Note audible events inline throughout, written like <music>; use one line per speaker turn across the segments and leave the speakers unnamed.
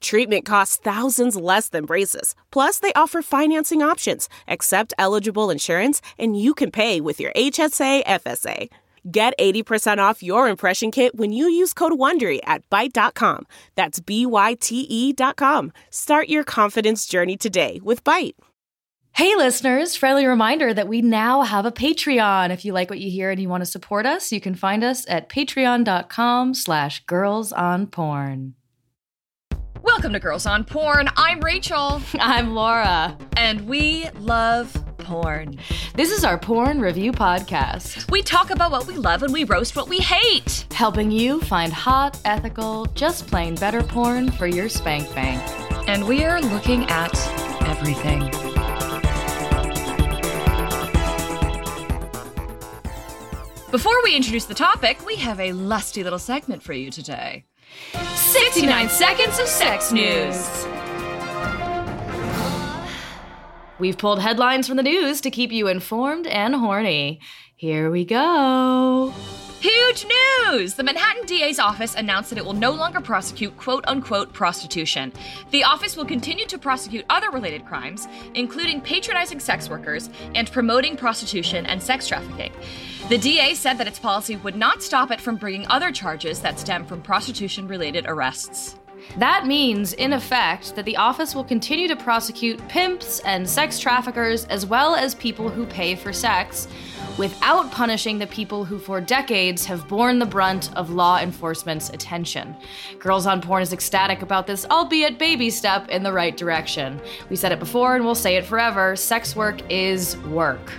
Treatment costs thousands less than braces. Plus, they offer financing options, accept eligible insurance, and you can pay with your HSA, FSA. Get 80% off your impression kit when you use code WONDERY at Byte.com. That's B-Y-T-E E dot com. Start your confidence journey today with Byte.
Hey, listeners, friendly reminder that we now have a Patreon. If you like what you hear and you want to support us, you can find us at patreon.com slash girls on porn.
Welcome to Girls on Porn. I'm Rachel,
<laughs> I'm Laura.
and we love porn.
This is our porn review podcast,
We talk about what we love and we roast what we hate.
helping you find hot, ethical, just plain better porn for your spank bank.
And we are looking at everything. Before we introduce the topic, we have a lusty little segment for you today 69 Seconds of Sex News.
We've pulled headlines from the news to keep you informed and horny. Here we go.
Huge news! The Manhattan DA's office announced that it will no longer prosecute quote unquote prostitution. The office will continue to prosecute other related crimes, including patronizing sex workers and promoting prostitution and sex trafficking. The DA said that its policy would not stop it from bringing other charges that stem from prostitution related arrests.
That means, in effect, that the office will continue to prosecute pimps and sex traffickers as well as people who pay for sex without punishing the people who for decades have borne the brunt of law enforcement's attention. Girls on Porn is ecstatic about this, albeit baby step in the right direction. We said it before and we'll say it forever sex work is work.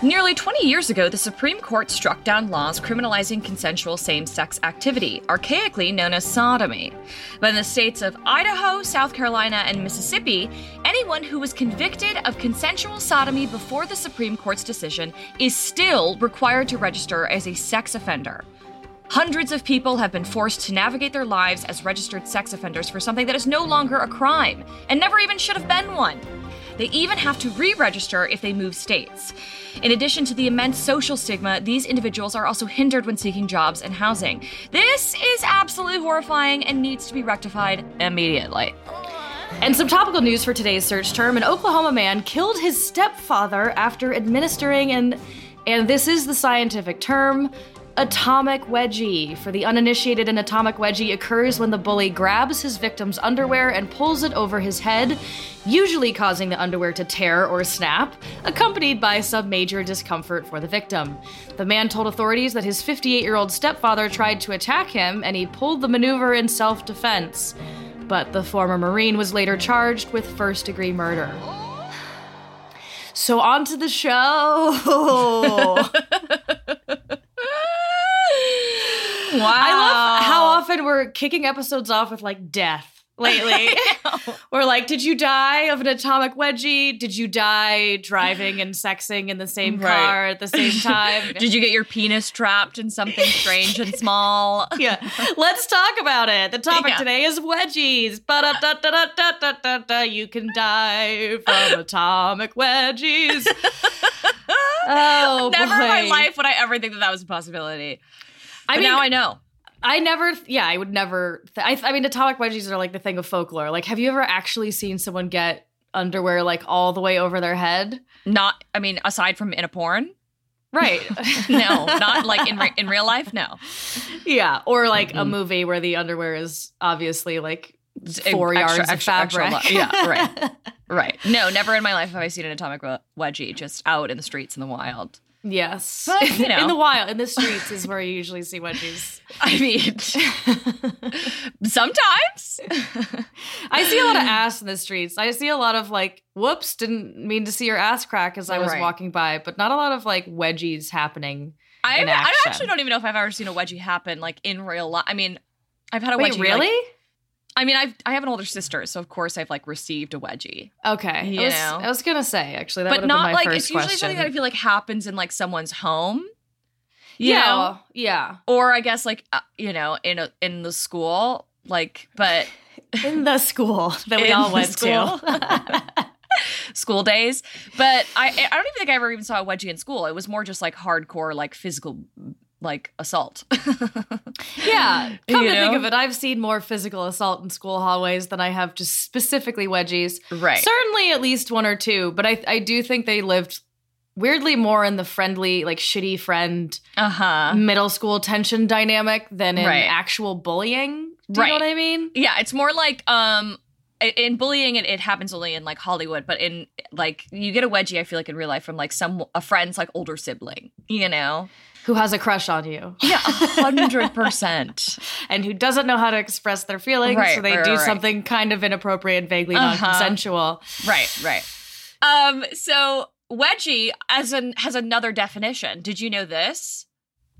Nearly 20 years ago, the Supreme Court struck down laws criminalizing consensual same sex activity, archaically known as sodomy. But in the states of Idaho, South Carolina, and Mississippi, anyone who was convicted of consensual sodomy before the Supreme Court's decision is still required to register as a sex offender. Hundreds of people have been forced to navigate their lives as registered sex offenders for something that is no longer a crime and never even should have been one. They even have to re register if they move states. In addition to the immense social stigma, these individuals are also hindered when seeking jobs and housing. This is absolutely horrifying and needs to be rectified immediately.
And some topical news for today's search term an Oklahoma man killed his stepfather after administering an, and this is the scientific term, atomic wedgie. For the uninitiated, an atomic wedgie occurs when the bully grabs his victim's underwear and pulls it over his head, usually causing the underwear to tear or snap, accompanied by some major discomfort for the victim. The man told authorities that his 58 year old stepfather tried to attack him and he pulled the maneuver in self defense but the former Marine was later charged with first degree murder. So, on to the show.
Wow.
I love how often we're kicking episodes off with like death
<laughs>
lately. we're like, did you die of an atomic wedgie? Did you die driving and sexing in the same
Right.
car at the same time?
<laughs> Did you get your penis trapped in something strange and
<laughs>
small?
yeah. Let's talk about it. The topic
Yeah.
today is wedgies. Ba-da-da-da-da-da-da-da. You can die from atomic
<laughs>
wedgies. oh,
Never in my
boy.
life would I ever think that that was a possibility.
I
But
mean,
now I
I,
know.
never. th- Yeah, I would never. Th- I, th- I mean, atomic wedgies are like the thing of folklore. Like, have you ever actually seen someone get underwear like all the way over their head?
Not, I mean, aside from in a porn,
Right.
<laughs> no, not like in re- in real life, no.
yeah, or like a
Mm-mm.
movie where the underwear is obviously like
Mm-hmm. It's a-
<laughs> four
extra,
yards
extra,
of
extra
fabric.
lo- yeah, right,
<laughs>
right. No, never in my life have I seen an atomic we- wedgie just out in the streets in the wild.
Yes.
But, <laughs> you know.
In the wild, in the streets is where you usually see wedgies.
I mean, <laughs> sometimes.
I see a lot of
Mm.
ass in the streets. I see a lot of like, whoops, didn't mean to see your ass crack as I was
Right.
walking by, but not a lot of like wedgies happening.
I,
In
I
action.
actually don't even know if I've ever seen a wedgie happen like in real life. I mean, I've had a
Wait,
wedgie. like-
really?
I mean, I've I have an older sister, so of course I've like received a wedgie,
Okay.
You
I was,
know.
I was gonna say actually, that
but
would've
not
been my
like
first
it's usually
question.
something that I feel like happens in like someone's home. you
yeah,
know?
well, yeah.
or I guess like uh, you know in a, in the school, like but
In the
<laughs>
school that <laughs> we
In
all
the
went <laughs>
school.
to.
school days. But I I don't even think I ever even saw a wedgie in school. It was more just like hardcore like physical like assault. <laughs>
yeah. Come
You
to think
know?
of it, I've seen more physical assault in school hallways than I have just specifically wedgies.
right.
Certainly at least one or two, but I I do think they lived weirdly more in the friendly, like shitty friend
Uh huh.
middle school tension dynamic than in
Right.
actual bullying. Do you know
Right.
what I mean?
Yeah, it's more like um i- in bullying it, it happens only in like Hollywood, but in like you get a wedgie I feel like in real life from like some a friend's like older sibling, you know?
Who has a crush on you
Yeah, 100%.
and who doesn't know how to express their feelings, so
Right,
they
right,
do
right, right.
something kind of inappropriate, vaguely
Uh-huh.
non-consensual.
right, right. Um so wedgie as an has another definition. Did you know this?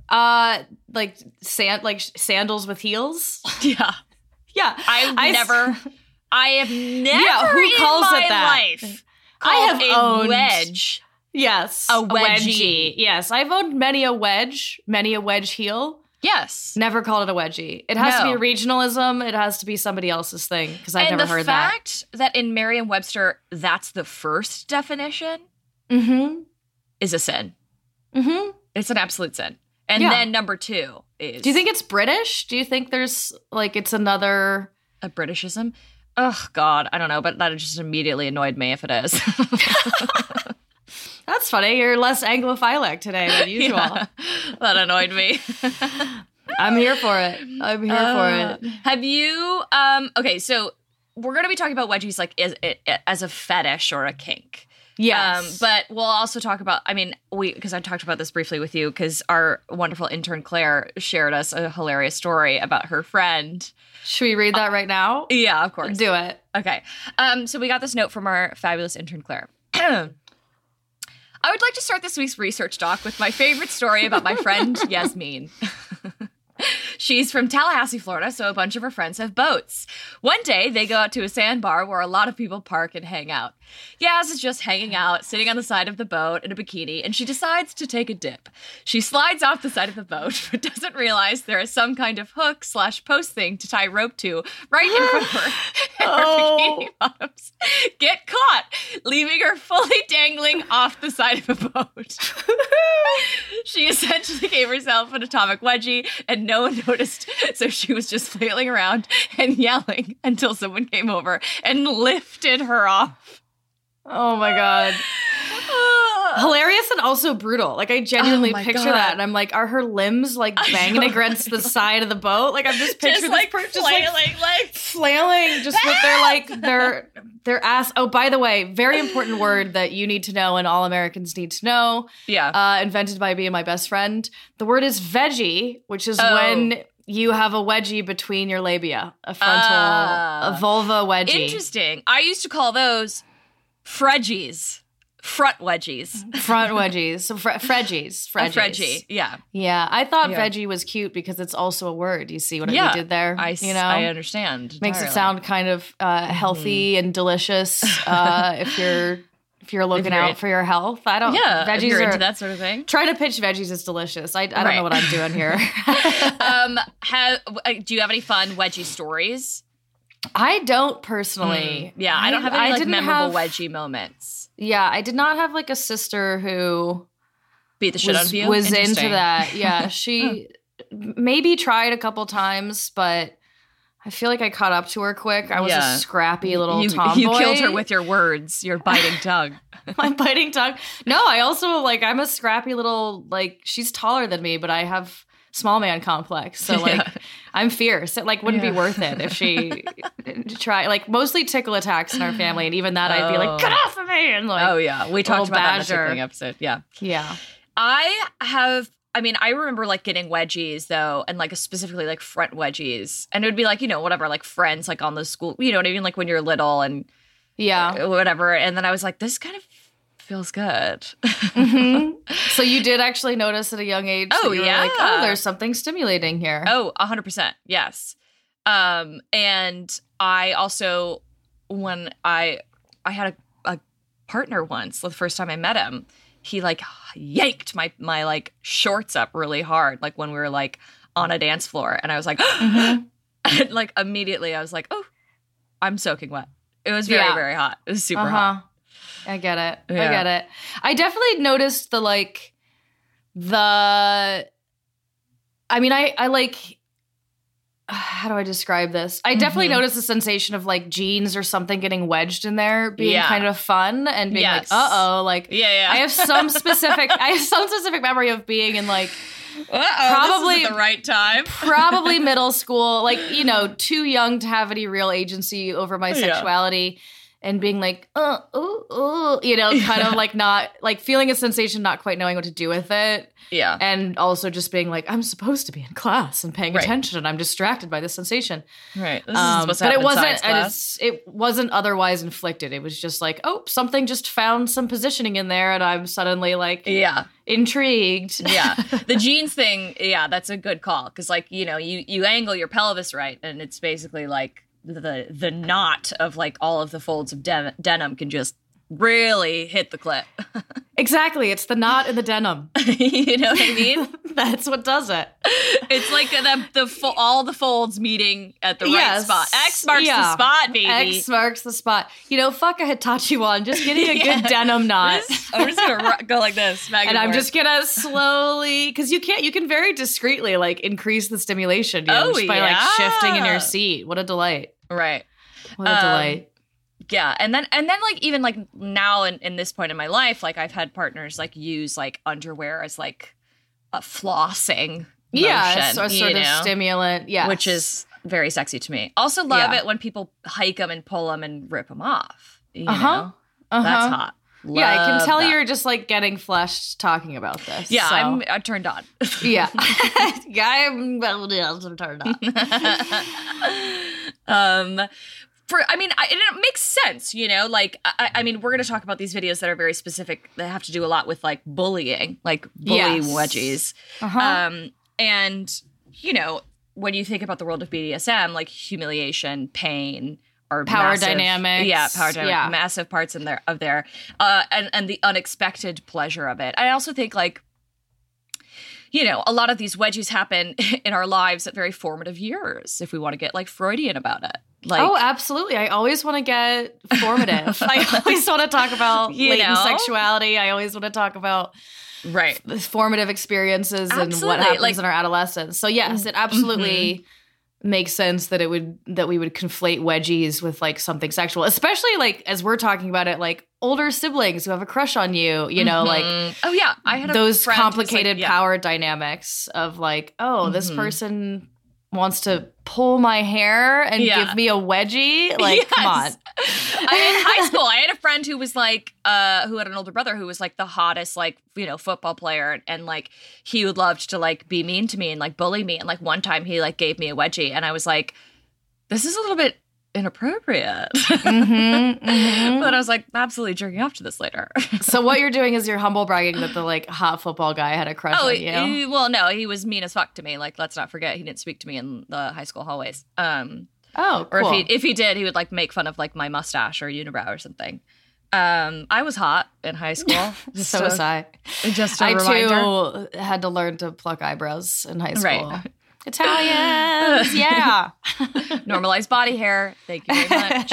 Uh, like sand, like sh- sandals with heels. <laughs>
Yeah.
Yeah,
I've
I s-
never I have never
who
in
calls it
my
that?
life
I have
called a
owned-
wedge.
Yes,
A wedgie.
Yes, I've owned many a wedge, many a wedge heel.
Yes.
Never called it a wedgie. It has
No.
to be regionalism. It has to be somebody else's thing because I've
and
never
the
heard
fact that. in Merriam-Webster, that's the first definition
that. Mm-hmm.
is a sin.
Mm-hmm.
It's an absolute sin. And
Yeah.
then number two is
Do you think it's British? Do you think there's like it's another?
a Britishism? Oh God, I don't know, but that just immediately annoyed me if it is. <laughs>
That's funny. You're less Anglophilic today than usual.
<laughs> Yeah. that
<laughs>
annoyed me.
I'm here for it. I'm here
Uh,
for it.
Have you? Um, okay, so we're going to be talking about wedgies like as, as a fetish or a kink.
Yes,
Um, but we'll also talk about. I mean, we because I talked about this briefly with you because our wonderful intern Claire shared us a hilarious story about her friend.
should we read that right now?
Yeah, of course.
Do it.
Okay. Um, so we got this note from our fabulous intern, Claire. <clears throat> I would like to start this week's research doc with my favorite story about my friend <laughs> Yasmin. She's from Tallahassee, Florida, so a bunch of her friends have boats. One day, they go out to a sandbar where a lot of people park and hang out. Yas is just hanging out, sitting on the side of the boat in a bikini, and she decides to take a dip. She slides off the side of the boat, <laughs> but doesn't realize there is some kind of hook slash post thing to tie rope to right in front of her. <laughs> And her bikini bottoms get caught, leaving her fully dangling off the side of a boat. <laughs> she essentially gave herself an atomic wedgie and no one <laughs> noticed. So she was just flailing around and yelling until someone came over and lifted her
<gasps>
off.
Oh my god. Hilarious and also brutal. Like I genuinely
Oh my
picture
God.
that, and I'm like, are her limbs
<laughs>
like banging against the side of the boat? Like I'm just picturing
Just like
this per-
flailing,
just like
like,
flailing, just with
<laughs>
their like their their ass. Oh, by the way, very important word that you need to know and all Americans need to know.
yeah,
Uh, invented by me and my best friend. The word is veggie, which is
Oh.
when you have a wedgie between your labia, a frontal,
Ah.
a vulva wedgie.
interesting. I used to call those fredgies, front wedgies,
Front wedgies, so fre- fredgies,
<laughs> a
Mm, fredgies.
fredgie. Yeah,
Yeah, I thought
Yeah.
veggie was cute because it's also a word. You see what
Yeah,
I did there?
I, s-
you know,
I understand.
makes it
entirely.
sound kind of uh, healthy
Mm-hmm.
and
<laughs>
delicious uh, if you're if you're looking
you're
out
in-
for your health. I don't.
yeah.
veggies
if you're
are.
into that sort of thing.
Try to pitch veggies as delicious. I, I don't
Right.
know what I'm doing
<laughs>
here.
um, have, do you have any fun wedgie stories?
I don't personally.
Mm, Yeah, I, don't have any like
Mm. didn't
memorable
have-
wedgie moments.
Yeah, I did not have like a sister who
Beat the shit out
was,
of you.
was into
Interesting. <laughs>
that. Yeah, she maybe tried a couple times, but I feel like I caught up to her quick. I was
Yeah.
a scrappy little
You,
tomboy.
you killed
<laughs>
her with your words, your biting tongue.
my biting tongue. No, I also like I'm a scrappy little like she's taller than me, but I have small man complex. So like
<laughs> Yeah.
I'm fierce. It like wouldn't
Yeah.
be worth it if
<laughs>
she try like mostly tickle attacks in our family, and even that I'd be
Oh.
like cut off of me and like
Oh yeah, we talked
Little
about that in the
badger.
tickling episode. Yeah,
yeah.
I have. I mean, I remember like getting wedgies though, and like specifically like front wedgies, and it would be like you know whatever like friends like on the school, you know what I mean, like when you're little and
Yeah.
whatever. And then I was like, this kind of feels good. <laughs>
Mm-hmm. So you did actually notice at a young age.
Oh,
that you were like,
yeah.
oh, there's something stimulating here.
Oh, 100%. Yes. Um, and I also, when I, I had a, a partner once, the first time I met him, he like yanked my my like shorts up really hard, like when we were like on a dance floor, and I was like, <gasps>
Mm-hmm.
and like immediately I was like, oh, I'm soaking wet. It was very
Yeah.
very hot. It was super hot.
Uh-huh. I get it. I
Yeah.
get it. I definitely noticed the like the I mean I I like <sighs> how do I describe this? I definitely
Mhm.
noticed the sensation of like jeans or something getting wedged in there being
Yeah.
kind of fun and being
Yes.
like, "Uh-oh," like
Yeah, yeah.
I have
<laughs>
some specific I have some specific memory of being in like
probably
probably-
the right time. <laughs>
probably middle school, like, you know, too young to have any real agency over my
Yeah.
sexuality and being like, uh, ooh, ooh, you know, kind of like not, like feeling a sensation, not quite knowing what to do with it.
Yeah.
And also just being like, I'm supposed to be in class and paying
Right.
attention and I'm distracted by this sensation.
Right. This
Um,
is supposed to
but
happen
it
in
wasn't,
science
and
class.
it's, it wasn't otherwise inflicted. It was just like, oh, something just found some positioning in there and I'm suddenly like
Yeah.
intrigued. <laughs>
yeah the jeans thing yeah that's a good call because like you know you you angle your pelvis right and it's basically like the the knot of like all of the folds of den- denim can just really hit the clip <laughs>
Exactly. It's the knot in the denim. <laughs>
you know what i mean
That's what does it.
it's like the, the fo- all the folds meeting at the
Yes.
right spot x marks the
Yeah.
spot baby
X marks the spot. You know, fuck a Hitachi wand. Just give me a
Yeah.
good denim knot.
This- <laughs> i'm just gonna ro- go like this back
And I'm
forth.
just gonna slowly, because you can't, you can very discreetly like increase the stimulation, you know,
Oh,
just by like
yeah.
shifting in your seat. What a delight!
right
What a
Um,
delight!
yeah and then and then like even like now in, in this point in my life like i've had partners like use like underwear as like a flossing
Yeah,
motion,
so a
you
sort of
know?
stimulant. Yeah,
which is very sexy to me also love
Yeah.
it when people hike them and pull them and rip them off you
Uh-huh.
know
uh
that's hot
Yeah, I can
Love
tell
that.
you're just like getting flushed talking about this.
yeah
so-
i'm i turned on <laughs>
yeah, yeah, I'm, I'm turned on.
um for i mean I, and it makes sense you know like I, I mean we're going to talk about these videos that are very specific that have to do a lot with like bullying like bully
Yes.
wedgies
Uh-huh.
um and you know when you think about the world of bdsm like humiliation pain are
Power
massive-
dynamics.
yeah power dynamic
Yeah.
massive parts in there of there uh and and the unexpected pleasure of it i also think like you know, a lot of these wedgies happen <laughs> in our lives at very formative years if we want to get like Freudian about it. Like,
oh, absolutely. I always want to get
<laughs>
formative. I always want to talk about
You
latent
know?
sexuality. I always want to talk about
right.
the formative experiences and what
Absolutely,
happens
like- Mm-hmm.
in our adolescence. So yes, it absolutely makes sense that it would that we would conflate wedgies with like something sexual, especially like as we're talking about it, like older siblings who have a crush on you. You know, like
Mm. oh, yeah. I had a
those
friend who's like-
complicated
yeah.
power dynamics of like, oh, this
Mhm.
person wants to pull my hair and
Yeah.
give me a wedgie.
<laughs>
Like, come on.
Yes. I, in high school, I had a friend who was like, uh, who had an older brother who was like the hottest, like, you know, football player. And, and like, he would loved to like be mean to me and like bully me. And like, one time he like gave me a wedgie and I was like, this is a little bit inappropriate. <laughs>
Mhm, mhm.
but I was like, absolutely jerking off to this later. <laughs>
so what you're doing is you're humble bragging that the like hot football guy had a crush
Oh,
on you.
he- well, no, he was mean as fuck to me. Like, let's not forget, he didn't speak to me in the high school hallways. Um,
oh,
or
cool.
if he if he did, he would like make fun of like my mustache or unibrow or something. Um, I was hot in
<laughs>
high school. just
so
a-
was I.
Just a
I
reminder.
too had to learn to pluck eyebrows in high
Right.
school.
<laughs>
Italians, yeah.
Normalized body hair. Thank you very
<laughs>
much.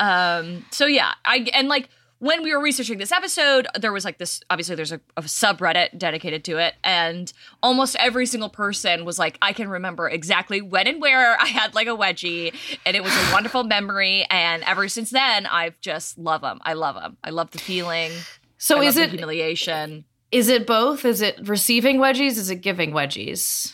um, so yeah, I and like when we were researching this episode, there was like this. Obviously, there's a, a subreddit dedicated to it, and almost every single person was like, "I can remember exactly when and where I had like a wedgie, and it was a wonderful memory." And ever since then, I've just love them. I love them. I love the feeling.
so
I
is
love the
it
humiliation?
is it both? Is it receiving wedgies? Is it giving wedgies?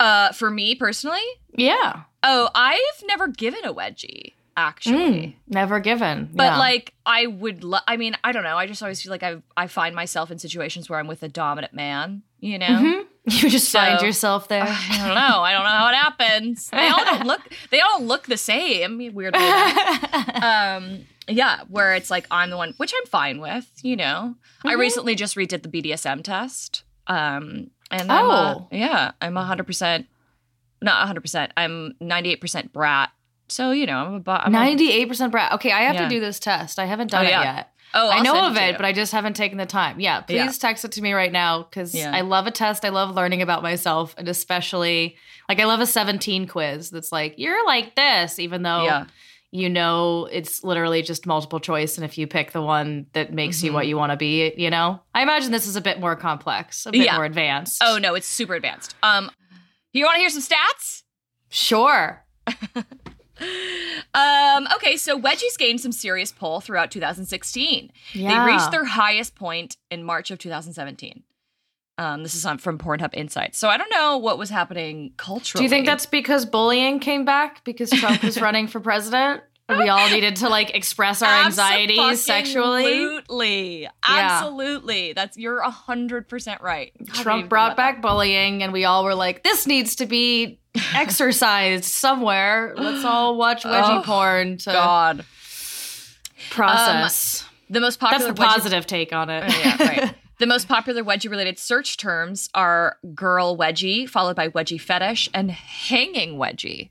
Uh, for me personally,
Yeah.
oh, I've never given a wedgie actually.
Mm, never given.
But
Yeah.
like I would lo- I mean, I don't know. I just always feel like I I find myself in situations where I'm with a dominant man, you know?
Mhm. <laughs> you just find
So-
yourself there.
<laughs> I don't know. I don't know how it happens. They all don't look they all look the same, weirdly.
<laughs>
enough. um yeah, where it's like I'm the one which I'm fine with, you know. I
Mm-hmm.
recently just redid the BDSM test. Um and I'm a-
Oh.
yeah, I'm 100% not 100%. I'm 98% brat. So, you know, I'm a bot.
Ninety-eight percent brat. Okay, I have
Yeah.
to do this test. I haven't done
Oh, yeah.
it yet.
Oh, I'll
I know
send it
of
to
it,
you.
but I just haven't taken the time. Yeah, please
Yeah.
text it to me right now because
Yeah.
I love a test. I love learning about myself, and especially like I love a seventeen quiz that's like you're like this, even though
Yeah.
you know it's literally just multiple choice, and if you pick the one that makes you
Mm-hmm.
what you want to be, you know. I imagine this is a bit more complex, a bit
Yeah.
more advanced.
Oh, no, it's super advanced. Um, you want to hear some stats?
sure.
Um, okay, so wedgies gained some serious pull throughout 2016.
Yeah.
They reached their highest point in March of 2017. Um, this is on, from Pornhub Insights. So I don't know what was happening culturally.
Do you think that's because bullying came back because Trump
<laughs>
was running for president? We all needed to like express our anxiety sexually.
Absolutely. Absolutely. That's you're 100% right. God, I didn't even
Trump
think
brought
about that.
back bullying, and we all were like, "This needs to
<laughs>
be exercised somewhere. Let's all watch wedgie
Oh,
porn to
God.
process."
The most
That's
popular
the
wedgie-
positive take on it.
<laughs> Yeah,
<laughs>
right. The most popular wedgie related search terms are girl wedgie, followed by wedgie fetish and hanging wedgie.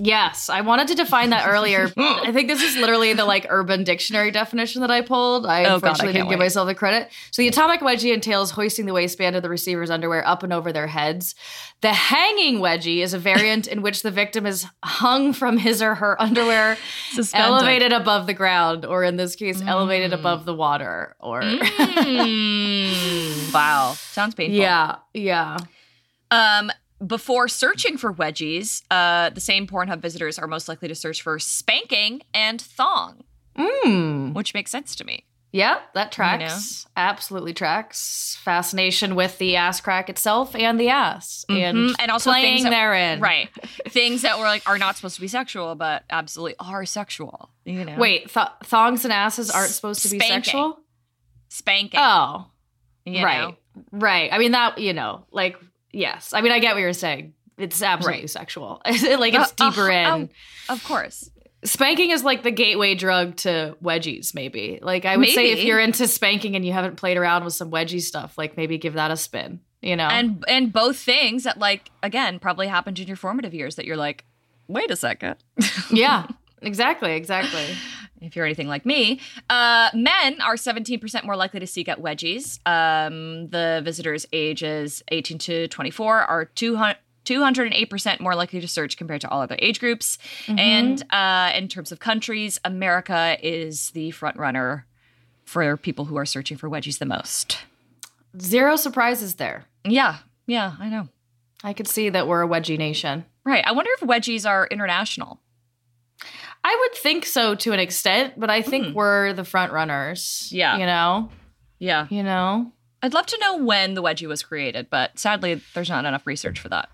Yes, I wanted to define that
<laughs>
earlier. I think this is literally the like urban dictionary definition that I pulled. I
Oh, God, I
unfortunately
can't
didn't give
wait.
myself the credit. So the atomic wedgie entails hoisting the waistband of the receiver's underwear up and over their heads. The hanging wedgie is a variant in which the victim is hung from his or her underwear,
Suspended.
elevated above the ground, or in this case, elevated above the water. Or
Mm, wow. Sounds
<laughs>
painful.
yeah, yeah.
Um, before searching for wedgies, uh, the same Pornhub visitors are most likely to search for spanking and thong,
Hmm.
which makes sense to me.
Yeah, that tracks. Absolutely tracks. Fascination with the ass crack itself and the ass,
Mhm,
and
and also
playing
things that-
therein. <laughs>
Right. Things that were like are not supposed to be sexual, but absolutely are sexual. You know.
Wait, th- thongs and asses aren't supposed to be
Spanking.
sexual.
Spanking.
Oh,
you know?
right, right. I mean that you know, like yes. I mean I get what you're saying. It's absolutely
Right.
sexual. <laughs> like it's
Uh, uh,
deeper in.
oh, of course.
Spanking is like the gateway drug to wedgies, maybe. Like I would say, if
Maybe.
you're into spanking and you haven't played around with some wedgie stuff, like maybe give that a spin. You know,
And and both things that like again probably happened in your formative years that you're like, wait a second. <laughs>
yeah, exactly, exactly.
if you're anything like me, uh, men are 17% more likely to seek out wedgies. Um, the visitors ages 18 to 24 are 200. 208% more likely to search compared to all other age groups. And uh, in terms of countries, America is the front runner for people who are searching for wedgies the most.
Zero surprises there.
Yeah, yeah, I know.
I could see that we're a wedgie nation.
Right. I wonder if wedgies are international.
I would think so to an extent, but I think we're the front runners.
Hmm. Yeah.
You know?
Yeah.
You know?
I'd love to know when the wedgie was created, but sadly, there's not enough research for that.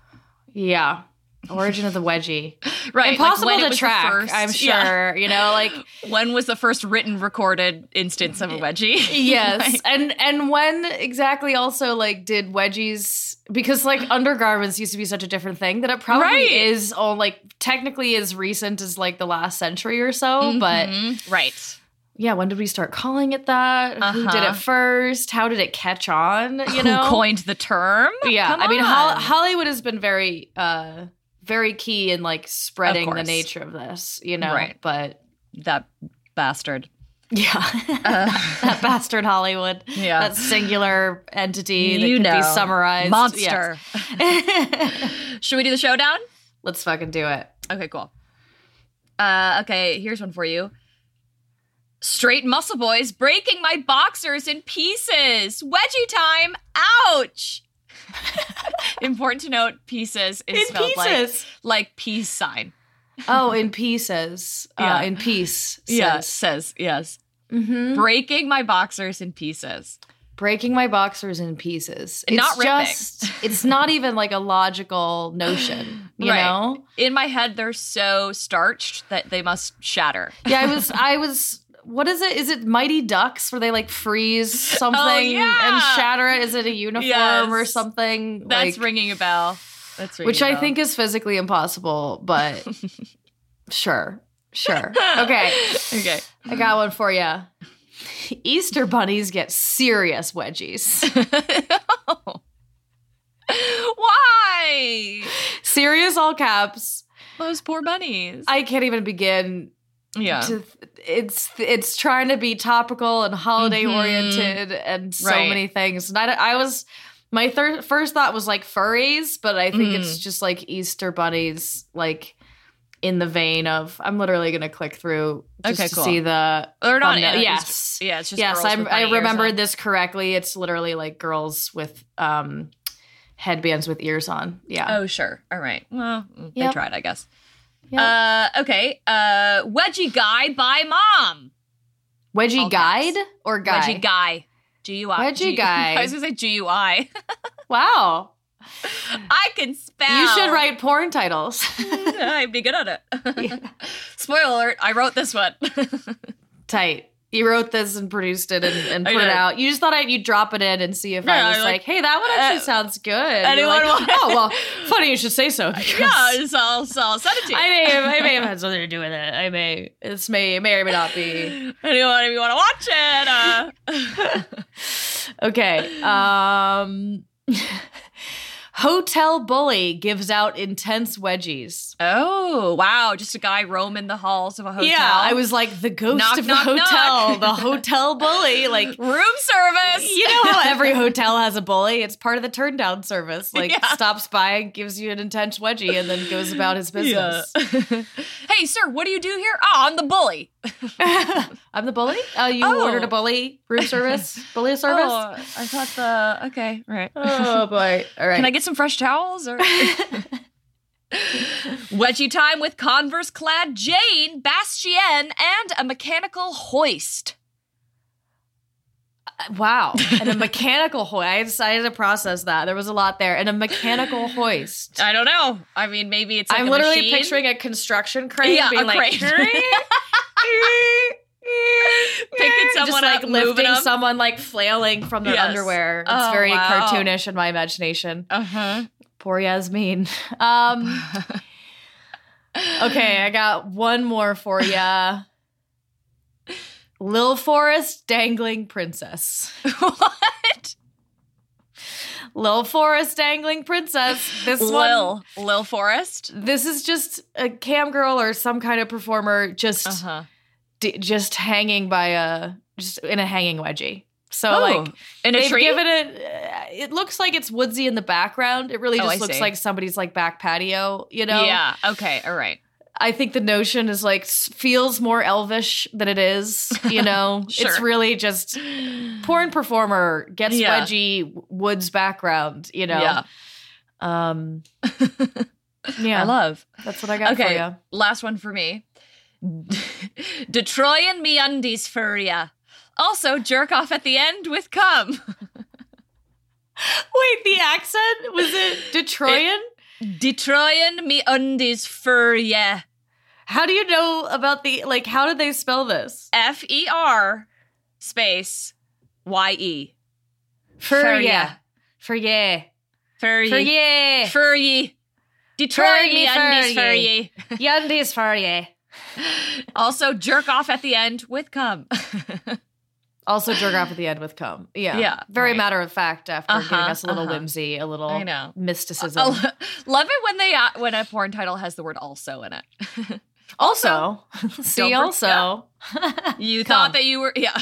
Yeah. Origin of the wedgie.
Right. <laughs> like,
Impossible
when it
to
was the
track,
first-
I'm
Yeah.
sure. You know, like
<laughs> when was the first written recorded instance of a
<laughs>
wedgie?
yes. And and when exactly also like did wedgies because like undergarments used to be such a different thing that it probably
Right.
is all like technically as recent as like the last century or so, but
Mhm. right.
yeah, when did we start calling it that? Who did
Uh-huh.
it first? How did it catch
<laughs>
on? You know,
Who coined the term?
yeah.
Come
I mean,
on.
Hol- Hollywood has been very, uh, very key in like spreading the
course.
nature of this. You know,
Right.
but
that bastard.
yeah, <laughs>
<laughs>
that bastard Hollywood,
Yeah.
that singular entity that
You
can
know,
be summarized
monster.
Yes. <laughs>
Should we do the showdown?
Let's fucking do it.
Okay, cool. Uh, okay, here's one for you. Straight muscle boys breaking my boxers in pieces. Wedgie time. Ouch. <laughs> Important to note, pieces is spelled like like peace sign.
oh, in pieces.
Yeah.
Uh, in peace.
Yes, says yes.
Mm-hmm.
Breaking my boxers in pieces.
breaking my boxers in pieces. It's
Not ripping.
just it's not even like a logical
<laughs>
notion, you
Right.
know?
In my head, they're so starched that they must shatter.
Yeah, I was I was what is it? Is it Mighty Ducks where they like
<laughs>
freeze something
Oh, yeah.
and shatter it? Is it a uniform
Yes.
or something?
That's
Like,
ringing a bell. That's ringing
which
a
I
bell.
think is physically impossible,
<laughs>
but sure. Sure. Okay.
Okay.
I got one for you. Easter bunnies get serious
<laughs>
wedgies.
Why?
serious all caps.
Those poor bunnies.
I can't even begin
yeah.
to it's it's trying to be topical and holiday oriented and so
Mm-hmm. Right.
many things. And I, I was my thir- first thought was like furries, but I think
Mm.
it's just like Easter bunnies, like in the vein of. I'm literally gonna click through just
Okay,
to
cool.
see the
They're not.
thumbnail. yes.
it's- yeah. It's just
Yes,
girls
I'm,
with
I
bunny ears
remembered
on.
this correctly. It's literally like girls with um, headbands with ears on. Yeah.
Oh sure. All right. Well, they
Yep.
tried, I guess.
Yep.
Uh, okay. Uh, wedgie guy by mom. all
Wedgie
caps.
guide or guy?
Wedgie guy. G U I.
Wedgie
G-
guy.
I <laughs> was gonna say G U I. <laughs>
Wow.
I can spell.
You should
<laughs>
write porn titles. <laughs>
I'd be good at it. <laughs> Spoiler alert, I wrote this one. <laughs>
Tight. You wrote this and produced it and, and
I
put it
did.
out. You just thought I, you'd drop it in and see if
No,
I was
I'm
like,
like,
hey, that one actually
uh,
sounds good. And you're
anyone
like,
want-
Oh, well, <laughs> funny you should say so. because
yeah, so I'll, so I'll send it to
<laughs>
you.
I may, have, I may have had something to do with it. I may, this may, may or may not be.
Anyone, if you want to watch it. Uh,
<laughs> Okay. Um, <laughs> hotel bully gives out intense wedgies.
oh, wow. Just a guy roaming the halls of a hotel.
Yeah, I was like the ghost
Knock,
of
knock,
the hotel, <laughs>
knock.
the hotel bully. Like
Room <laughs> service.
You know how every hotel has a bully? It's part of the turn down service. Like
Yeah.
stops by, gives you an intense wedgie, and then goes about
<laughs>
his business.
hey, sir, what do you do here? Oh, I'm the bully.
I'm the bully. Uh, you
Oh.
ordered a bully room
<laughs>
service, bully service.
Oh,
Oh.
I thought the. Okay, right.
boy! All right.
Can I get some fresh towels? <laughs> Or wedgie time with Converse clad Jane, Bastien, and a mechanical hoist.
wow! And
<laughs>
a mechanical hoist. I decided to process that. There was a lot there, and a mechanical hoist.
I don't know. I mean, maybe Uh, it's. Like
I'm
a
literally
machine.
picturing a construction crane
Yeah,
being <laughs>
a
like.
crane. <laughs> eh, picking someone
just like
up, eh." moving
lifting
them.
someone like flailing from their
Yes.
underwear. It's
Oh,
very
wow.
cartoonish in my imagination.
Uh huh. <laughs>
Poor Yasmin. <laughs> Um, okay, I got one more for ya. Lil Forest dangling princess.
what?
Lil Forest dangling princess. This one.
Lil Lil Forest.
This is just a cam girl or some kind of performer just
huh.
d- just hanging by a just in a hanging wedgie. So
Oh,
like
in a
They've
tree.
given it. uh, It looks like it's woodsy in the background. It really
Oh,
just
I
looks
see.
like somebody's like back patio. You know.
Yeah. Okay. All right.
I think the notion is like s- feels more elvish than it is. <laughs> You know. It's
Sure.
really just porn performer gets
Yeah.
wedgie woods background. You know.
Yeah.
<laughs> Um. yeah.
I love.
that's what I got
okay.
for you.
Last one for me. <laughs> Detroit and MeUndies for ya. Also, jerk off at the end with cum.
Wait, the accent was <laughs> it Detroitian?
Detroit and MeUndies for ya.
how do you know about the like? How did they spell this?
F E R space Y E.
For
ya.
yeah. For yeah.
For
For
ye.
yeah.
For ye. Detroit
ye,
MeUndies
for
for
ye.
ye.
<laughs> Yandy's for ye.
Also, jerk off at the end with
<laughs>
cum.
Also, jerk off at the end with cum. Yeah.
Yeah,
Very
right.
matter of fact after giving
Uh-huh,
us a little
uh-huh.
whimsy, a little
I know.
mysticism.
Oh, love it when they uh, when a porn title has the word also
<laughs>
in it.
also,
Don't
<laughs> see,
for-
also,
You
Come.
<laughs> thought that you were yeah.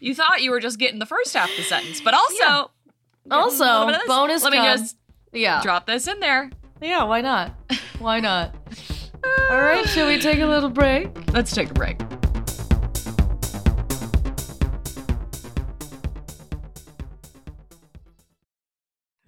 you thought you were just getting the first half of the sentence, but also
Yeah.
a little
also,
bit of this.
bonus
Let me
cum.
just
yeah.
drop this in there.
Yeah, why
<laughs>
not? Why not? All right, shall we take a little break?
Let's take a break.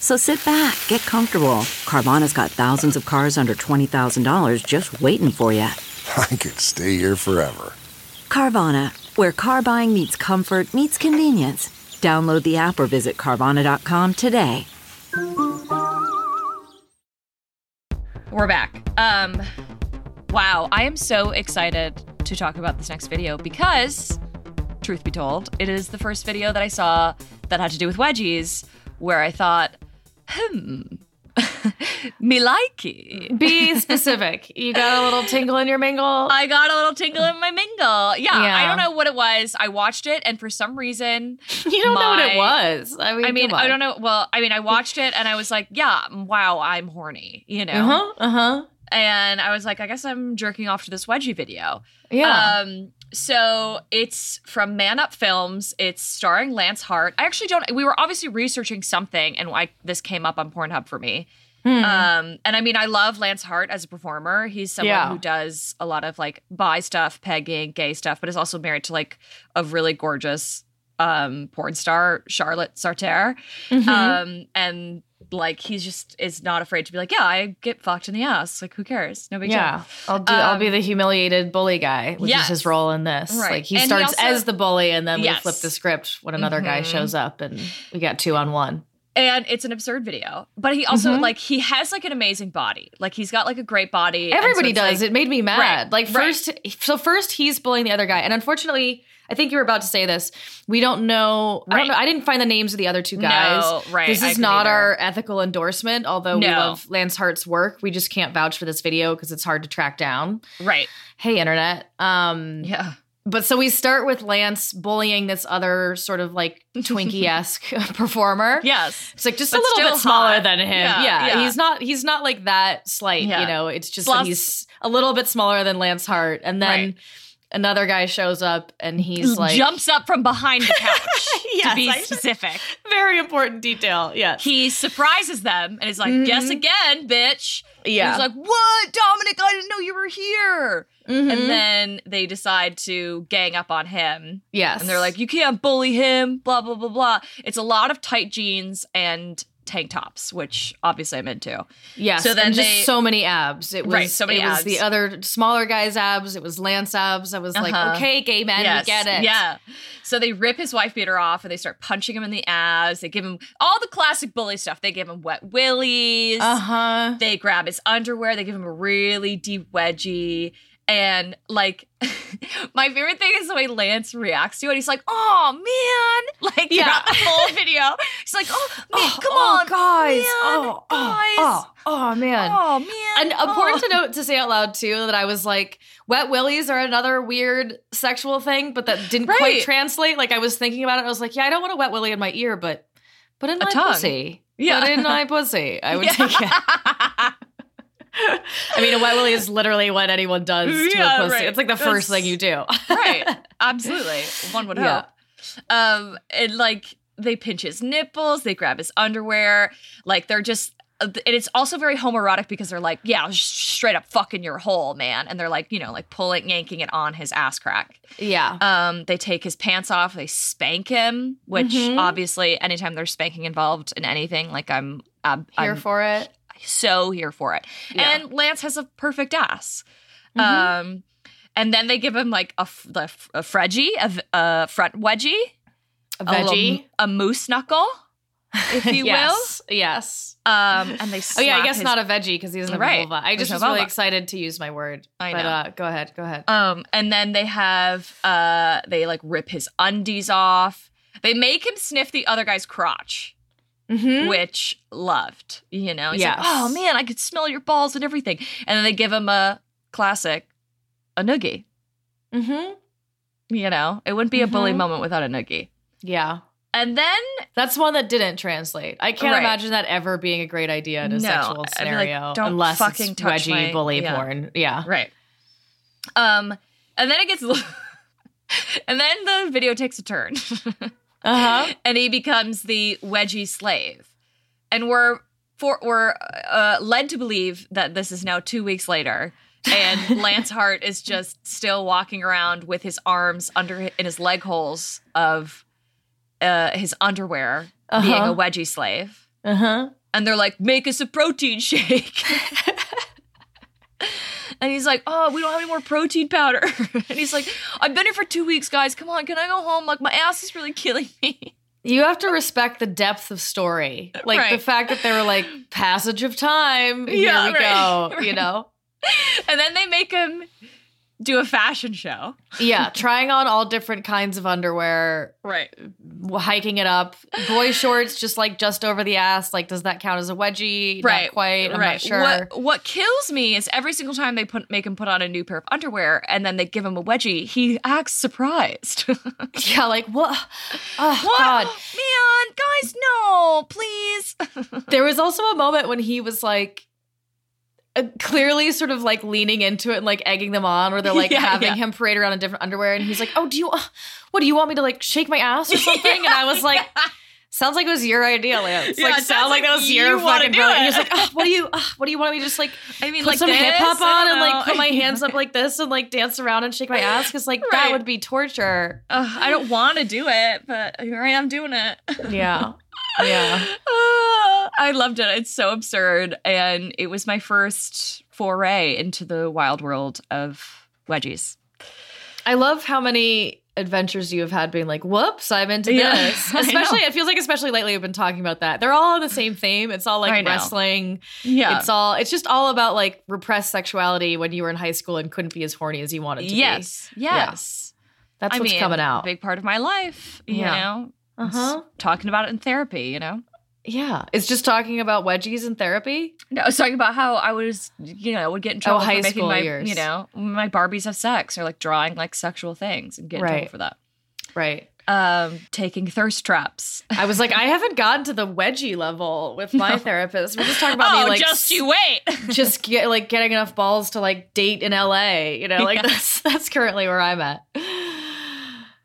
So sit back, get comfortable. Carvana's got thousands of cars under $20,000 just waiting for you.
I could stay here forever.
Carvana, where car buying meets comfort, meets convenience. Download the app or visit Carvana.com today.
We're back. Um, wow, I am so excited to talk about this next video because, truth be told, it is the first video that I saw that had to do with wedgies where I thought, hmm, <laughs> me likey. <laughs>
Be specific. You got a little tingle in your mingle.
I got a little tingle in my mingle. Yeah,
Yeah.
I don't know what it was. I watched it, and for some reason,
You don't know what it
my-
was. I mean,
I mean,
come on.
I don't know. Well, I mean, I watched it, and I was like, yeah, wow, I'm horny, you know?
Uh huh. Uh huh.
And I was like, I guess I'm jerking off to this wedgie video.
Yeah.
Um, so it's from Man Up Films. It's starring Lance Hart. I actually don't. We were obviously researching something, and I, this came up on Pornhub for me.
Hmm.
Um, and I mean, I love Lance Hart as a performer. He's someone
Yeah.
who does a lot of like bi stuff, pegging, gay stuff, but is also married to like a really gorgeous um porn star, Charlotte Sartre.
Mm-hmm.
Um, and like he's just is not afraid to be like, yeah, I get fucked in the ass. Like, who cares? No big deal.
yeah. I'll do. I'll be
um,
the humiliated bully guy, which
yes.
is his role in this.
Right.
Like he
And he
starts
also-
as the bully, and then
Yes.
we flip the script when another guy
Mhm.
shows up, and we got two on one.
and it's an absurd video but he also
Mhm.
like he has like an amazing body like he's got like a great body and so
Everybody
it's,
does.
like-
it made me mad.
Right,
like
right.
first, so first he's bullying the other guy, and unfortunately, I think you were about to say this. We don't know. I
Right.
don't know. I didn't find the names of the other two guys.
No, right,
This
I
is
couldn't
not
either.
our ethical endorsement. Although we
No.
love Lance Hart's work, we just can't vouch for this video because it's hard to track down.
right
Hey, internet. Um,
yeah
but so we start with Lance bullying this other sort of like Twinkie esque <laughs> performer.
yes
It's like just
But
a little
still
bit smaller
hot.
than him.
Yeah,
Yeah,
yeah.
He's not he's not like that slight,
Yeah.
you know. It's just
Plus-
that he's a little bit smaller than Lance Hart. And then
Right.
another guy shows up and he's
<laughs>
like
jumps up from behind
<laughs>
the couch to
Yes,
be
I-
specific
very important detail. Yes.
he surprises them and is like guess again bitch
Mm-hmm. Yeah.
he's like what dominic i didn't know you were here
Mhm.
and then they decide to gang up on him
yes.
and they're like you can't bully him blah blah blah blah it's a lot of tight jeans and tank tops which obviously i'm into
Yes.
So
So
then
then just
they-
so many abs. It was
Right, so many
it was
abs.
the other smaller guy's abs, it was Lance abs. I was
Uh-huh.
like, okay, gay men, we
yes.
get it.
Yeah. So they rip his wife beater off and they start punching him in the abs. They give him all the classic bully stuff. They give him wet willies.
Uh-huh.
They grab his underwear. They give him a really deep wedgie. And like, <laughs> my favorite thing is the way Lance reacts to it. He's like, "Oh man!" <laughs> Like
Yeah.
throughout the whole video, he's like, "Oh man, come
oh,
on,
guys.
man,
oh,
guys,
Oh, oh, oh, man.
Oh, man!"
And
oh."
important to note to say out loud too that I was like, wet willies are another weird sexual thing, but that didn't
Right.
quite translate. Like I was thinking about it, I was like, yeah, I don't want a wet willy in my ear, but but in
A
my
tongue.
pussy,
Yeah.
but in my pussy, I would
<laughs> Yeah.
take it. <laughs> I mean, a wet willy is literally what anyone does
Yeah,
to a pussy.
right.
It's like the first
That's-
thing you do.
right absolutely one would
Yeah.
hope um and like they pinch his nipples they grab his underwear like they're just uh, and it's also very homoerotic because they're like yeah sh- straight up fucking your hole man and they're like you know like pulling yanking it on his ass crack
<laughs> yeah.
um they take his pants off they spank him which
Mhm.
obviously anytime there's spanking involved in anything like i'm, i
Here for it.
so here for it.
Yeah. Mm-hmm.
And Lance has a perfect ass. Um, and then they give him like a, f- the f- a fredgie, a, v- a front wedgie,
A
a, little
veggie,
m- a moose knuckle,
<laughs>
if <laughs> you
yes, yes.
will. Um, and they
<laughs> Oh yeah, I
slap
guess
his-
not a veggie because he doesn't have
Right.
a vulva. I
There's
just
no
was really
vulva.
excited to use my word.
I
But
know.
uh, go ahead, go ahead.
Um, and then they have uh, they like rip his undies off. They make him sniff the other guy's crotch,
mm-hmm.
which loved. You know, he's
Yes.
like, "Oh man, I could smell your balls and everything." And then they give him a classic, a noogie.
Mm-hmm.
You know, it wouldn't be a bully
Mhm.
moment without a noogie.
Yeah,
And then
that's one that didn't translate. I can't
Right.
imagine that ever being a great idea in a
No,
sexual
I'd be like,
scenario,
"Don't
unless
fucking
it's
touch
wedgie
my-
bully
yeah.
porn. Yeah,
Right. Um, and then it gets, <laughs> and then the video takes a turn, <laughs>
uh huh.
and he becomes the wedgie slave, and we're for we're uh, led to believe that this is now two weeks later. and Lance Hart is just still walking around with his arms under in his leg holes of uh, his underwear, being
Uh-huh.
a wedgie slave
Uh huh.
and they're like, make us a protein shake. and he's like, oh, we don't have any more protein powder. <laughs> and he's like, I've been here for two weeks, guys. Come on, can I go home? Like, my ass is really killing me.
You have to respect the depth of story, like the
Right.
fact that they were like passage of time.
Yeah,
Here we
right, <laughs>
go. You know.
And then they make him do a fashion show.
Yeah, trying on all different kinds of underwear,
Right.
hiking it up. Boy shorts, just like just over the ass. Like, does that count as a wedgie?
Right.
Not quite. I'm not sure. <laughs>
What, what kills me is every single time they put make him put on a new pair of underwear and then they give him a wedgie, he acts surprised. <laughs>
Yeah, like what? Oh
what?
God!
"Oh, Man, guys, no, please. <laughs>
There was also a moment when he was like. uh, Clearly, sort of like leaning into it and like egging them on, where they're like
<laughs> Yeah,
having
yeah.
him parade around in different underwear, and he's like, "Oh, do you? Uh, what do you want me to like shake my
<laughs>
ass or something?" and I was like, "Sounds like it was your idea, Lance.
Yeah, it
like,
sounds
sound like,
like
that was
you
your
wanna
fucking
do
brother."
it.
And he's like, "Ugh, "What do you? Uh, what do you want me to just like
I mean,
put
like
some
this?
hip hop
I
on
don't
and like
know.
put my
<laughs>
hands up like this and like dance around and shake my ass because like that
Right.
would be torture.
Ugh, I don't want to do it, but here I am doing it. <laughs>
Yeah, yeah.
Ah, I loved it. It's so absurd. And it was my first foray into the wild world of wedgies.
I love how many adventures you have had being like, "Whoops, I'm into
Yeah, <laughs>
this."
I
Especially,
know.
it feels like especially lately we've been talking about that. They're all on the same theme. It's all
I
like
know.
wrestling.
Yeah.
It's all. It's just all about like repressed sexuality when you were in high school and couldn't be as horny as you wanted to be.
yes. Yes.
that's
I
what's
mean,
coming out.
A big part of my life, you
Yeah.
know?
Uh
It's
huh.
Talking about it in therapy, you know?
Yeah, it's just talking about wedgies in therapy.
No, I was talking about how I was, you know, I would get in trouble
Oh, high
for making
school
my,
years.
you know, my Barbies have sex or like drawing like sexual things and get in
Right.
trouble for that.
Right.
Um, taking thirst
<laughs>
traps.
I was like, I haven't gotten to the wedgie level with
<laughs>
my therapist. We're just talking about me like
Oh, just you wait. <laughs>
just get like getting enough balls to like date in LA. You know, like
Yeah.
that's <laughs> that's currently where I'm at.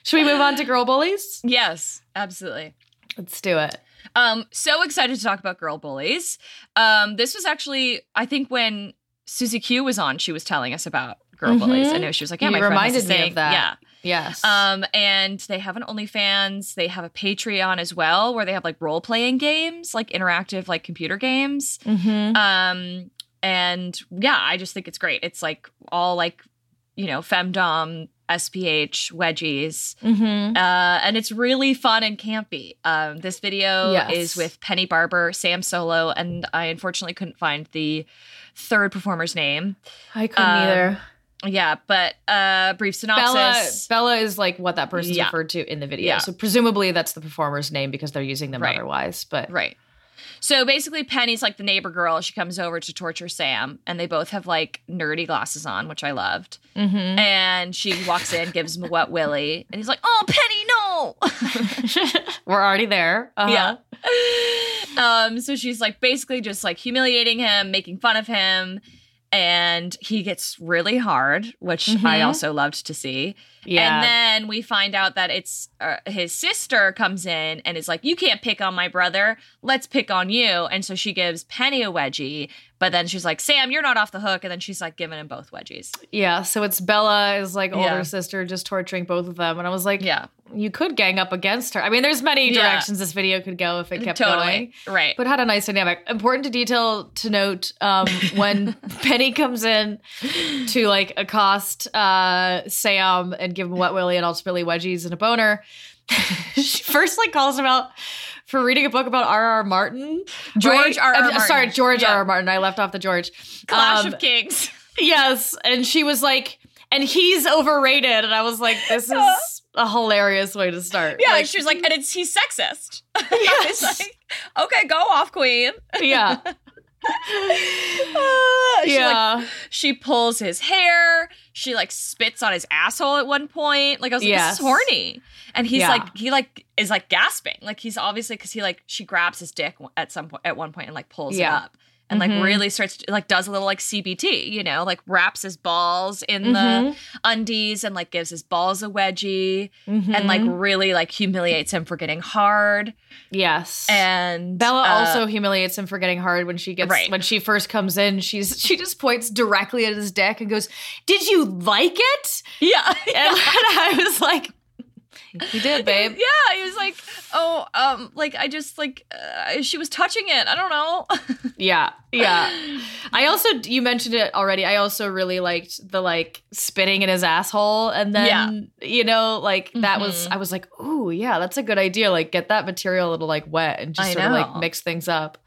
Should we move on to girl bullies?
Yes, absolutely.
Let's do it.
Um, so excited to talk about girl bullies. Um, this was actually, I think, when Susie Q was on, she was telling us about girl
Mhm.
bullies. I know she was like, "Yeah,
You
my friend has
reminded
this
me of
thing.
that. Yes.
Yeah. Um, and they have an OnlyFans. They have a Patreon as well, where they have like role playing games, like interactive, like computer games.
Mhm.
Um, and yeah, I just think it's great. It's like all like, you know, femdom, SPH, wedgies.
Mhm.
uh, and it's really fun and campy. Um, this video
Yes.
is with Penny Barber, Sam Solo, and I unfortunately couldn't find the third performer's name.
I couldn't
um,
either.
Yeah, but uh, brief
Bella
synopsis.
Bella is like what that person's
Yeah.
referred to in the video.
Yeah.
So presumably that's the performer's name because they're using them
Right.
otherwise. But
Right. So basically, Penny's like the neighbor girl. She comes over to torture Sam, and they both have like nerdy glasses on, which I loved. Mm-hmm.
Mhm.
And she walks in, gives him a wet willy, and he's like, "Oh, Penny, no!"
<laughs>
<laughs>
we're already there. Uh-huh.
Yeah. Um, so she's like basically just like humiliating him, making fun of him, and he gets really hard, which I
Mhm.
also loved to see.
Yeah.
And then we find out that it's uh, his sister comes in and is like, "You can't pick on my brother. Let's pick on you." And so she gives Penny a wedgie, But then she's like, Sam, you're not off the hook. And then she's like giving him both wedgies.
Yeah, so it's Bella is like older
Yeah.
sister just torturing both of them, and I was like,
Yeah.
you could gang up against her. I mean, there's many
Yeah.
directions this video could go if it kept
Totally.
going.
Right. Um,
But had a nice dynamic. Important to detail to note um,
<laughs>
when Penny comes in to like accost uh, Sam and give him wet willy and ultimately wedgies and a boner. <laughs> she first like calls him out for reading a book about R.R. Martin.
George R.R.
I'm- I'm Sorry,
Martin.
George
Yeah.
R.R. Martin. I left off the George.
Clash
Um,
of Kings.
Yes, and she was like, and he's overrated, and I was like, this is a hilarious way to start.
Yeah,
Like,
she was like, and it's he's sexist. <laughs>
<laughs>
I was like, okay, go off, queen. <laughs>
yeah,
Uh, she, like,
yeah,
she pulls his hair. She like spits on his asshole at one point. Like I was like,
Yes.
this is horny. And he's
Yeah.
like, he like is like gasping. Like he's obviously because he like she grabs his dick at some point at one point and like pulls
Yeah. Mm-hmm.
it up and like really starts to, like does a little like CBT, you know, like wraps his balls in the
Mm-hmm.
undies and like gives his balls a wedgie and
Mm-hmm.
like really like humiliates him for getting hard.
yes.
And
Bella
uh,
also humiliates him for getting hard when she gets
Right.
when she first comes in. She's she just points directly at his dick and goes, "Did you like it?"
<laughs> <laughs> yeah.
<laughs> And, I was like, "You did, babe."
<laughs> Yeah, he was like, "Oh, um, like I just like uh, she was touching it. I don't know." <laughs>
Yeah,
<gasps>
yeah. I also you mentioned it already. I also really liked the like spitting in his asshole, and then you know like that was
Mm-hmm.
I was like, ooh, yeah, that's a good idea. Like get that material a little like wet and just
I
sort of
know.
like mix things up.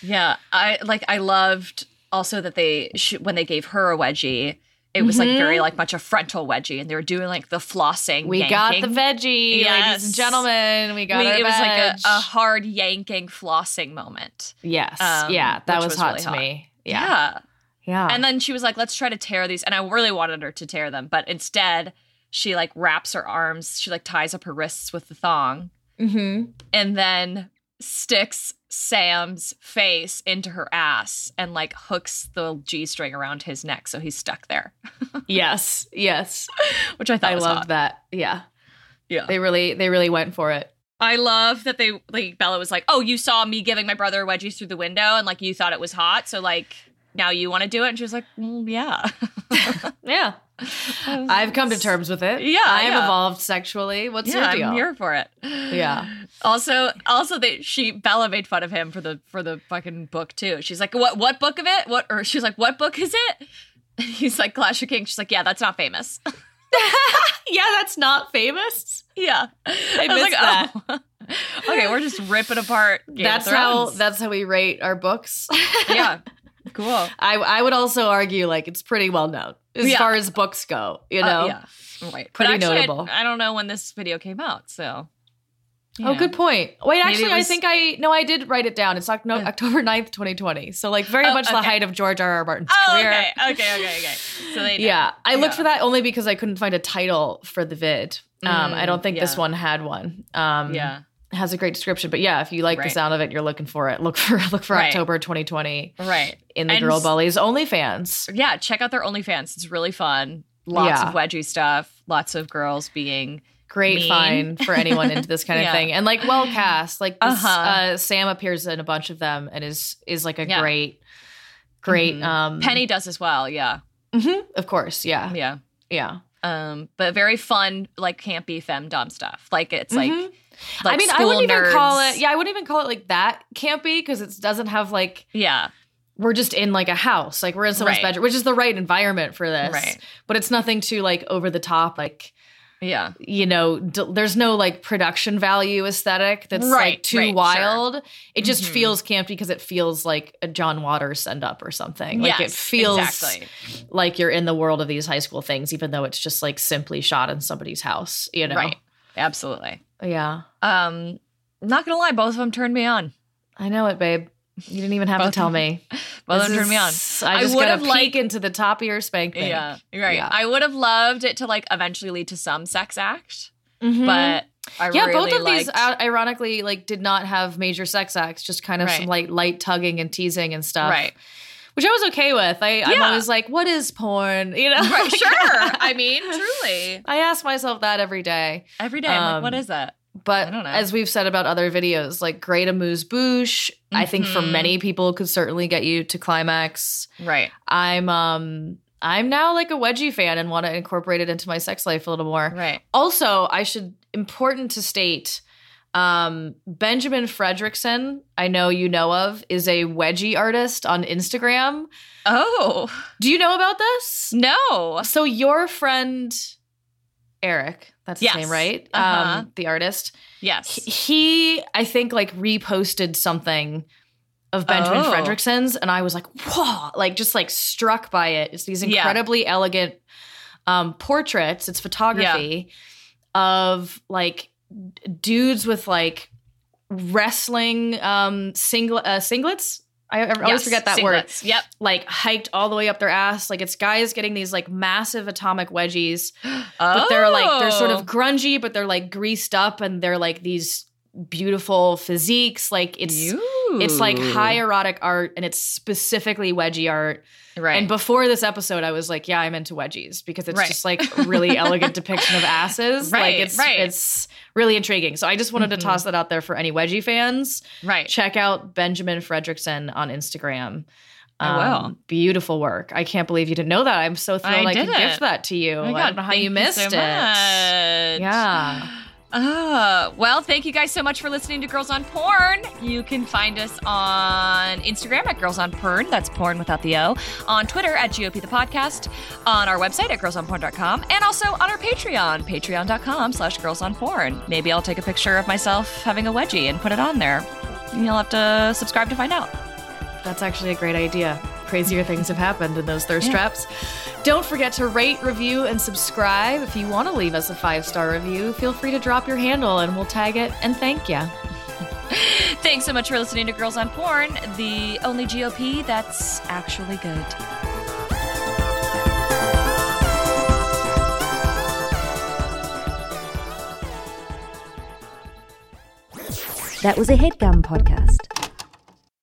Yeah, I like I loved also that they sh- when they gave her a wedgie, it was like very like much a frontal wedgie, and they were doing like the flossing.
We
yanking.
got the veggie, ladies and
Yes.
gentlemen. We got
We-
our
it was like
veg.
a, a hard yanking flossing moment.
yes,
um,
yeah, that
which
was,
was
hot
really
to
hot.
me. Yeah, yeah,
And then she was like, let's try to tear these. And I really wanted her to tear them, but instead she like wraps her arms, she like ties up her wrists with the thong.
Mhm.
and then sticks Sam's face into her ass and like hooks the G string around his neck so he's stuck there, <laughs>
yes, yes,
which I thought
I
was
loved
hot.
that. Yeah,
Yeah.
they really they really went for it.
I love that they like Bella was like, "Oh, you saw me giving my brother wedgies through the window and like you thought it was hot, so like now you want to do it." And she was like, "Mm, "Yeah." <laughs>
Yeah. I've come to terms with it.
Yeah,
I have
yeah.
evolved sexually. What's
yeah,
your deal?
I'm here for it.
yeah.
<laughs> Also, also that she Bella made fun of him for the for the fucking book too. She's like, "What what book of it? What?" Or she's like, "What book is it?" <laughs> And he's like, "Clash of Kings." She's like, "Yeah, that's not famous."
Yeah, that's not famous.
Yeah, I, was
missed
oh.
<laughs>
okay, we're just ripping apart. Game of
that's how
Thrones.
that's how we rate our
<laughs>
books.
yeah,
<laughs>
cool.
I I would also argue like it's pretty well known as
Yeah.
far as books go, you know.
Uh, yeah, right.
Pretty
but actually, I-
notable.
I, don't know when this video came out, so. you
Oh,
know.
good point. Wait,
Maybe it
actually, I
was-
think I no, I did write it down. It's Oc- no, October 9th, twenty twenty. So like very
Oh,
much the
okay.
height of George R. R. Martin's
Oh,
career.
okay, okay, okay, okay. So they, know.
Yeah, I looked
Yeah.
for that only because I couldn't find a title for the vid. Um,
Mm,
I don't think this
yeah.
one had one. Um,
Yeah.
has a great description. But yeah, if you like the
Right.
sound of it, you're looking for it. <laughs> Look for look for
Right.
October 2020
right.
in the
And
Girl
s-
Bullies OnlyFans.
Yeah, check out their OnlyFans. It's really fun. Lots
Yeah.
of wedgie stuff. Lots of girls being
Great
Mean.
find for anyone into this kind
<laughs> Yeah.
of thing, and like well cast. Like this, uh
Uh-huh.
Sam appears in a bunch of them, and is is like a
Yeah.
great, great
Mhm.
um,
Penny does as well. Yeah,
mhm, of course, yeah,
yeah.
yeah.
Um, but very fun, like campy femdom stuff. Like it's like,
Mhm.
like
I mean, I
school
wouldn't even
nerds.
call it. Yeah, I wouldn't even call it like that campy because it doesn't have like
yeah.
we're just in like a house, like we're in someone's
Right.
bedroom, which is the right environment for this.
Right.
But it's nothing too like over the top, like
Yeah.
you know, d- there's no like production value aesthetic that's like
Right,
too
right, sure. Mm-hmm.
wild. It just feels campy because it feels like a John Waters send up or something. Like it
Yes,
feels
exactly.
like you're in the world of these high school things, even though it's just like simply shot in somebody's house, you know?
Right. Absolutely.
Yeah.
Um, not gonna lie, both of them turned me on.
I know it, babe. You didn't even have to
Both- <laughs>
tell me.
Both
This
of them turned me on.
is- I
I
just
would
got a
have
peek
liked-
into the top of your spank bank.
Yeah, right.
Yeah.
I would have loved it to like eventually lead to some sex act,
Mhm.
but I
yeah,
really
both of these
liked-
uh, ironically like did not have major sex acts, just kind of some like
Right.
light tugging and teasing and stuff. <laughs>
right.
which I was okay with. I, I'm
Yeah.
always like, what is porn? <laughs> You know,
Right, sure. I mean, truly.
I ask myself that every day.
Every day, I'm
Um,
like, what is that?
But
I don't know.
as we've said about other videos, like Great Amuse Bouche, I think for
Mhm.
many people could certainly get you to climax.
Right.
I'm um I'm now like a wedgie fan and want to incorporate it into my sex life a little more.
Right.
Also, I should important to state um Benjamin Fredrickson, I know you know of, is a wedgie artist on Instagram.
Oh,
Do you know about this?
no.
So your friend Eric, that's his
Yes.
name, right?
Uh-huh.
Um the artist.
Yes.
He I think like reposted something of Benjamin
Oh.
Fredrickson's and I was like, "Whoa!" Like just like struck by it. It's these
Yeah.
incredibly elegant um portraits, it's photography of like d- dudes with like wrestling um singl- uh, singlets. I, I always
Yes.
forget that word
Singlets. Yep.
like hiked all the way up their ass. Like it's guys getting these like massive atomic wedgies,
Oh.
but they're like they're sort of grungy, but they're like greased up, and they're like these beautiful physiques. Like it's it's like high erotic art, and it's specifically wedgie art.
Right.
And before this episode, I was like, yeah, I'm into wedgies because it's
Right.
just like a
<laughs>
really elegant depiction of asses.
Right,
like it's
right.
it's really intriguing. So I just wanted
Mhm.
to toss that out there for any wedgie fans
right.
check out Benjamin Fredrickson on Instagram. Um,
I will.
Beautiful work. I can't believe you didn't know that. I'm so thrilled I, could
didn't.
gift that to you.
Oh my
I
God,
don't know how
thank
you missed
so
it.
much.
Yeah.
Uh, well, thank you guys so much for listening to Girls on Porn. You can find us on Instagram at Girls on Porn. That's porn without the O. On Twitter at GOP the podcast. On our website at girlsonporn.com. And also on our Patreon, patreon.com slash girls on porn. Maybe I'll take a picture of myself having a wedgie and put it on there. You'll have to subscribe to find out.
That's actually a great idea. Crazier things have happened in those thirst traps. Don't forget to rate, review, and subscribe. If you want to leave us a five star review, feel free to drop your handle and we'll tag it and thank you.
Thanks so much for listening to Girls on Porn, the only GOP that's actually good.
That was a headgum podcast.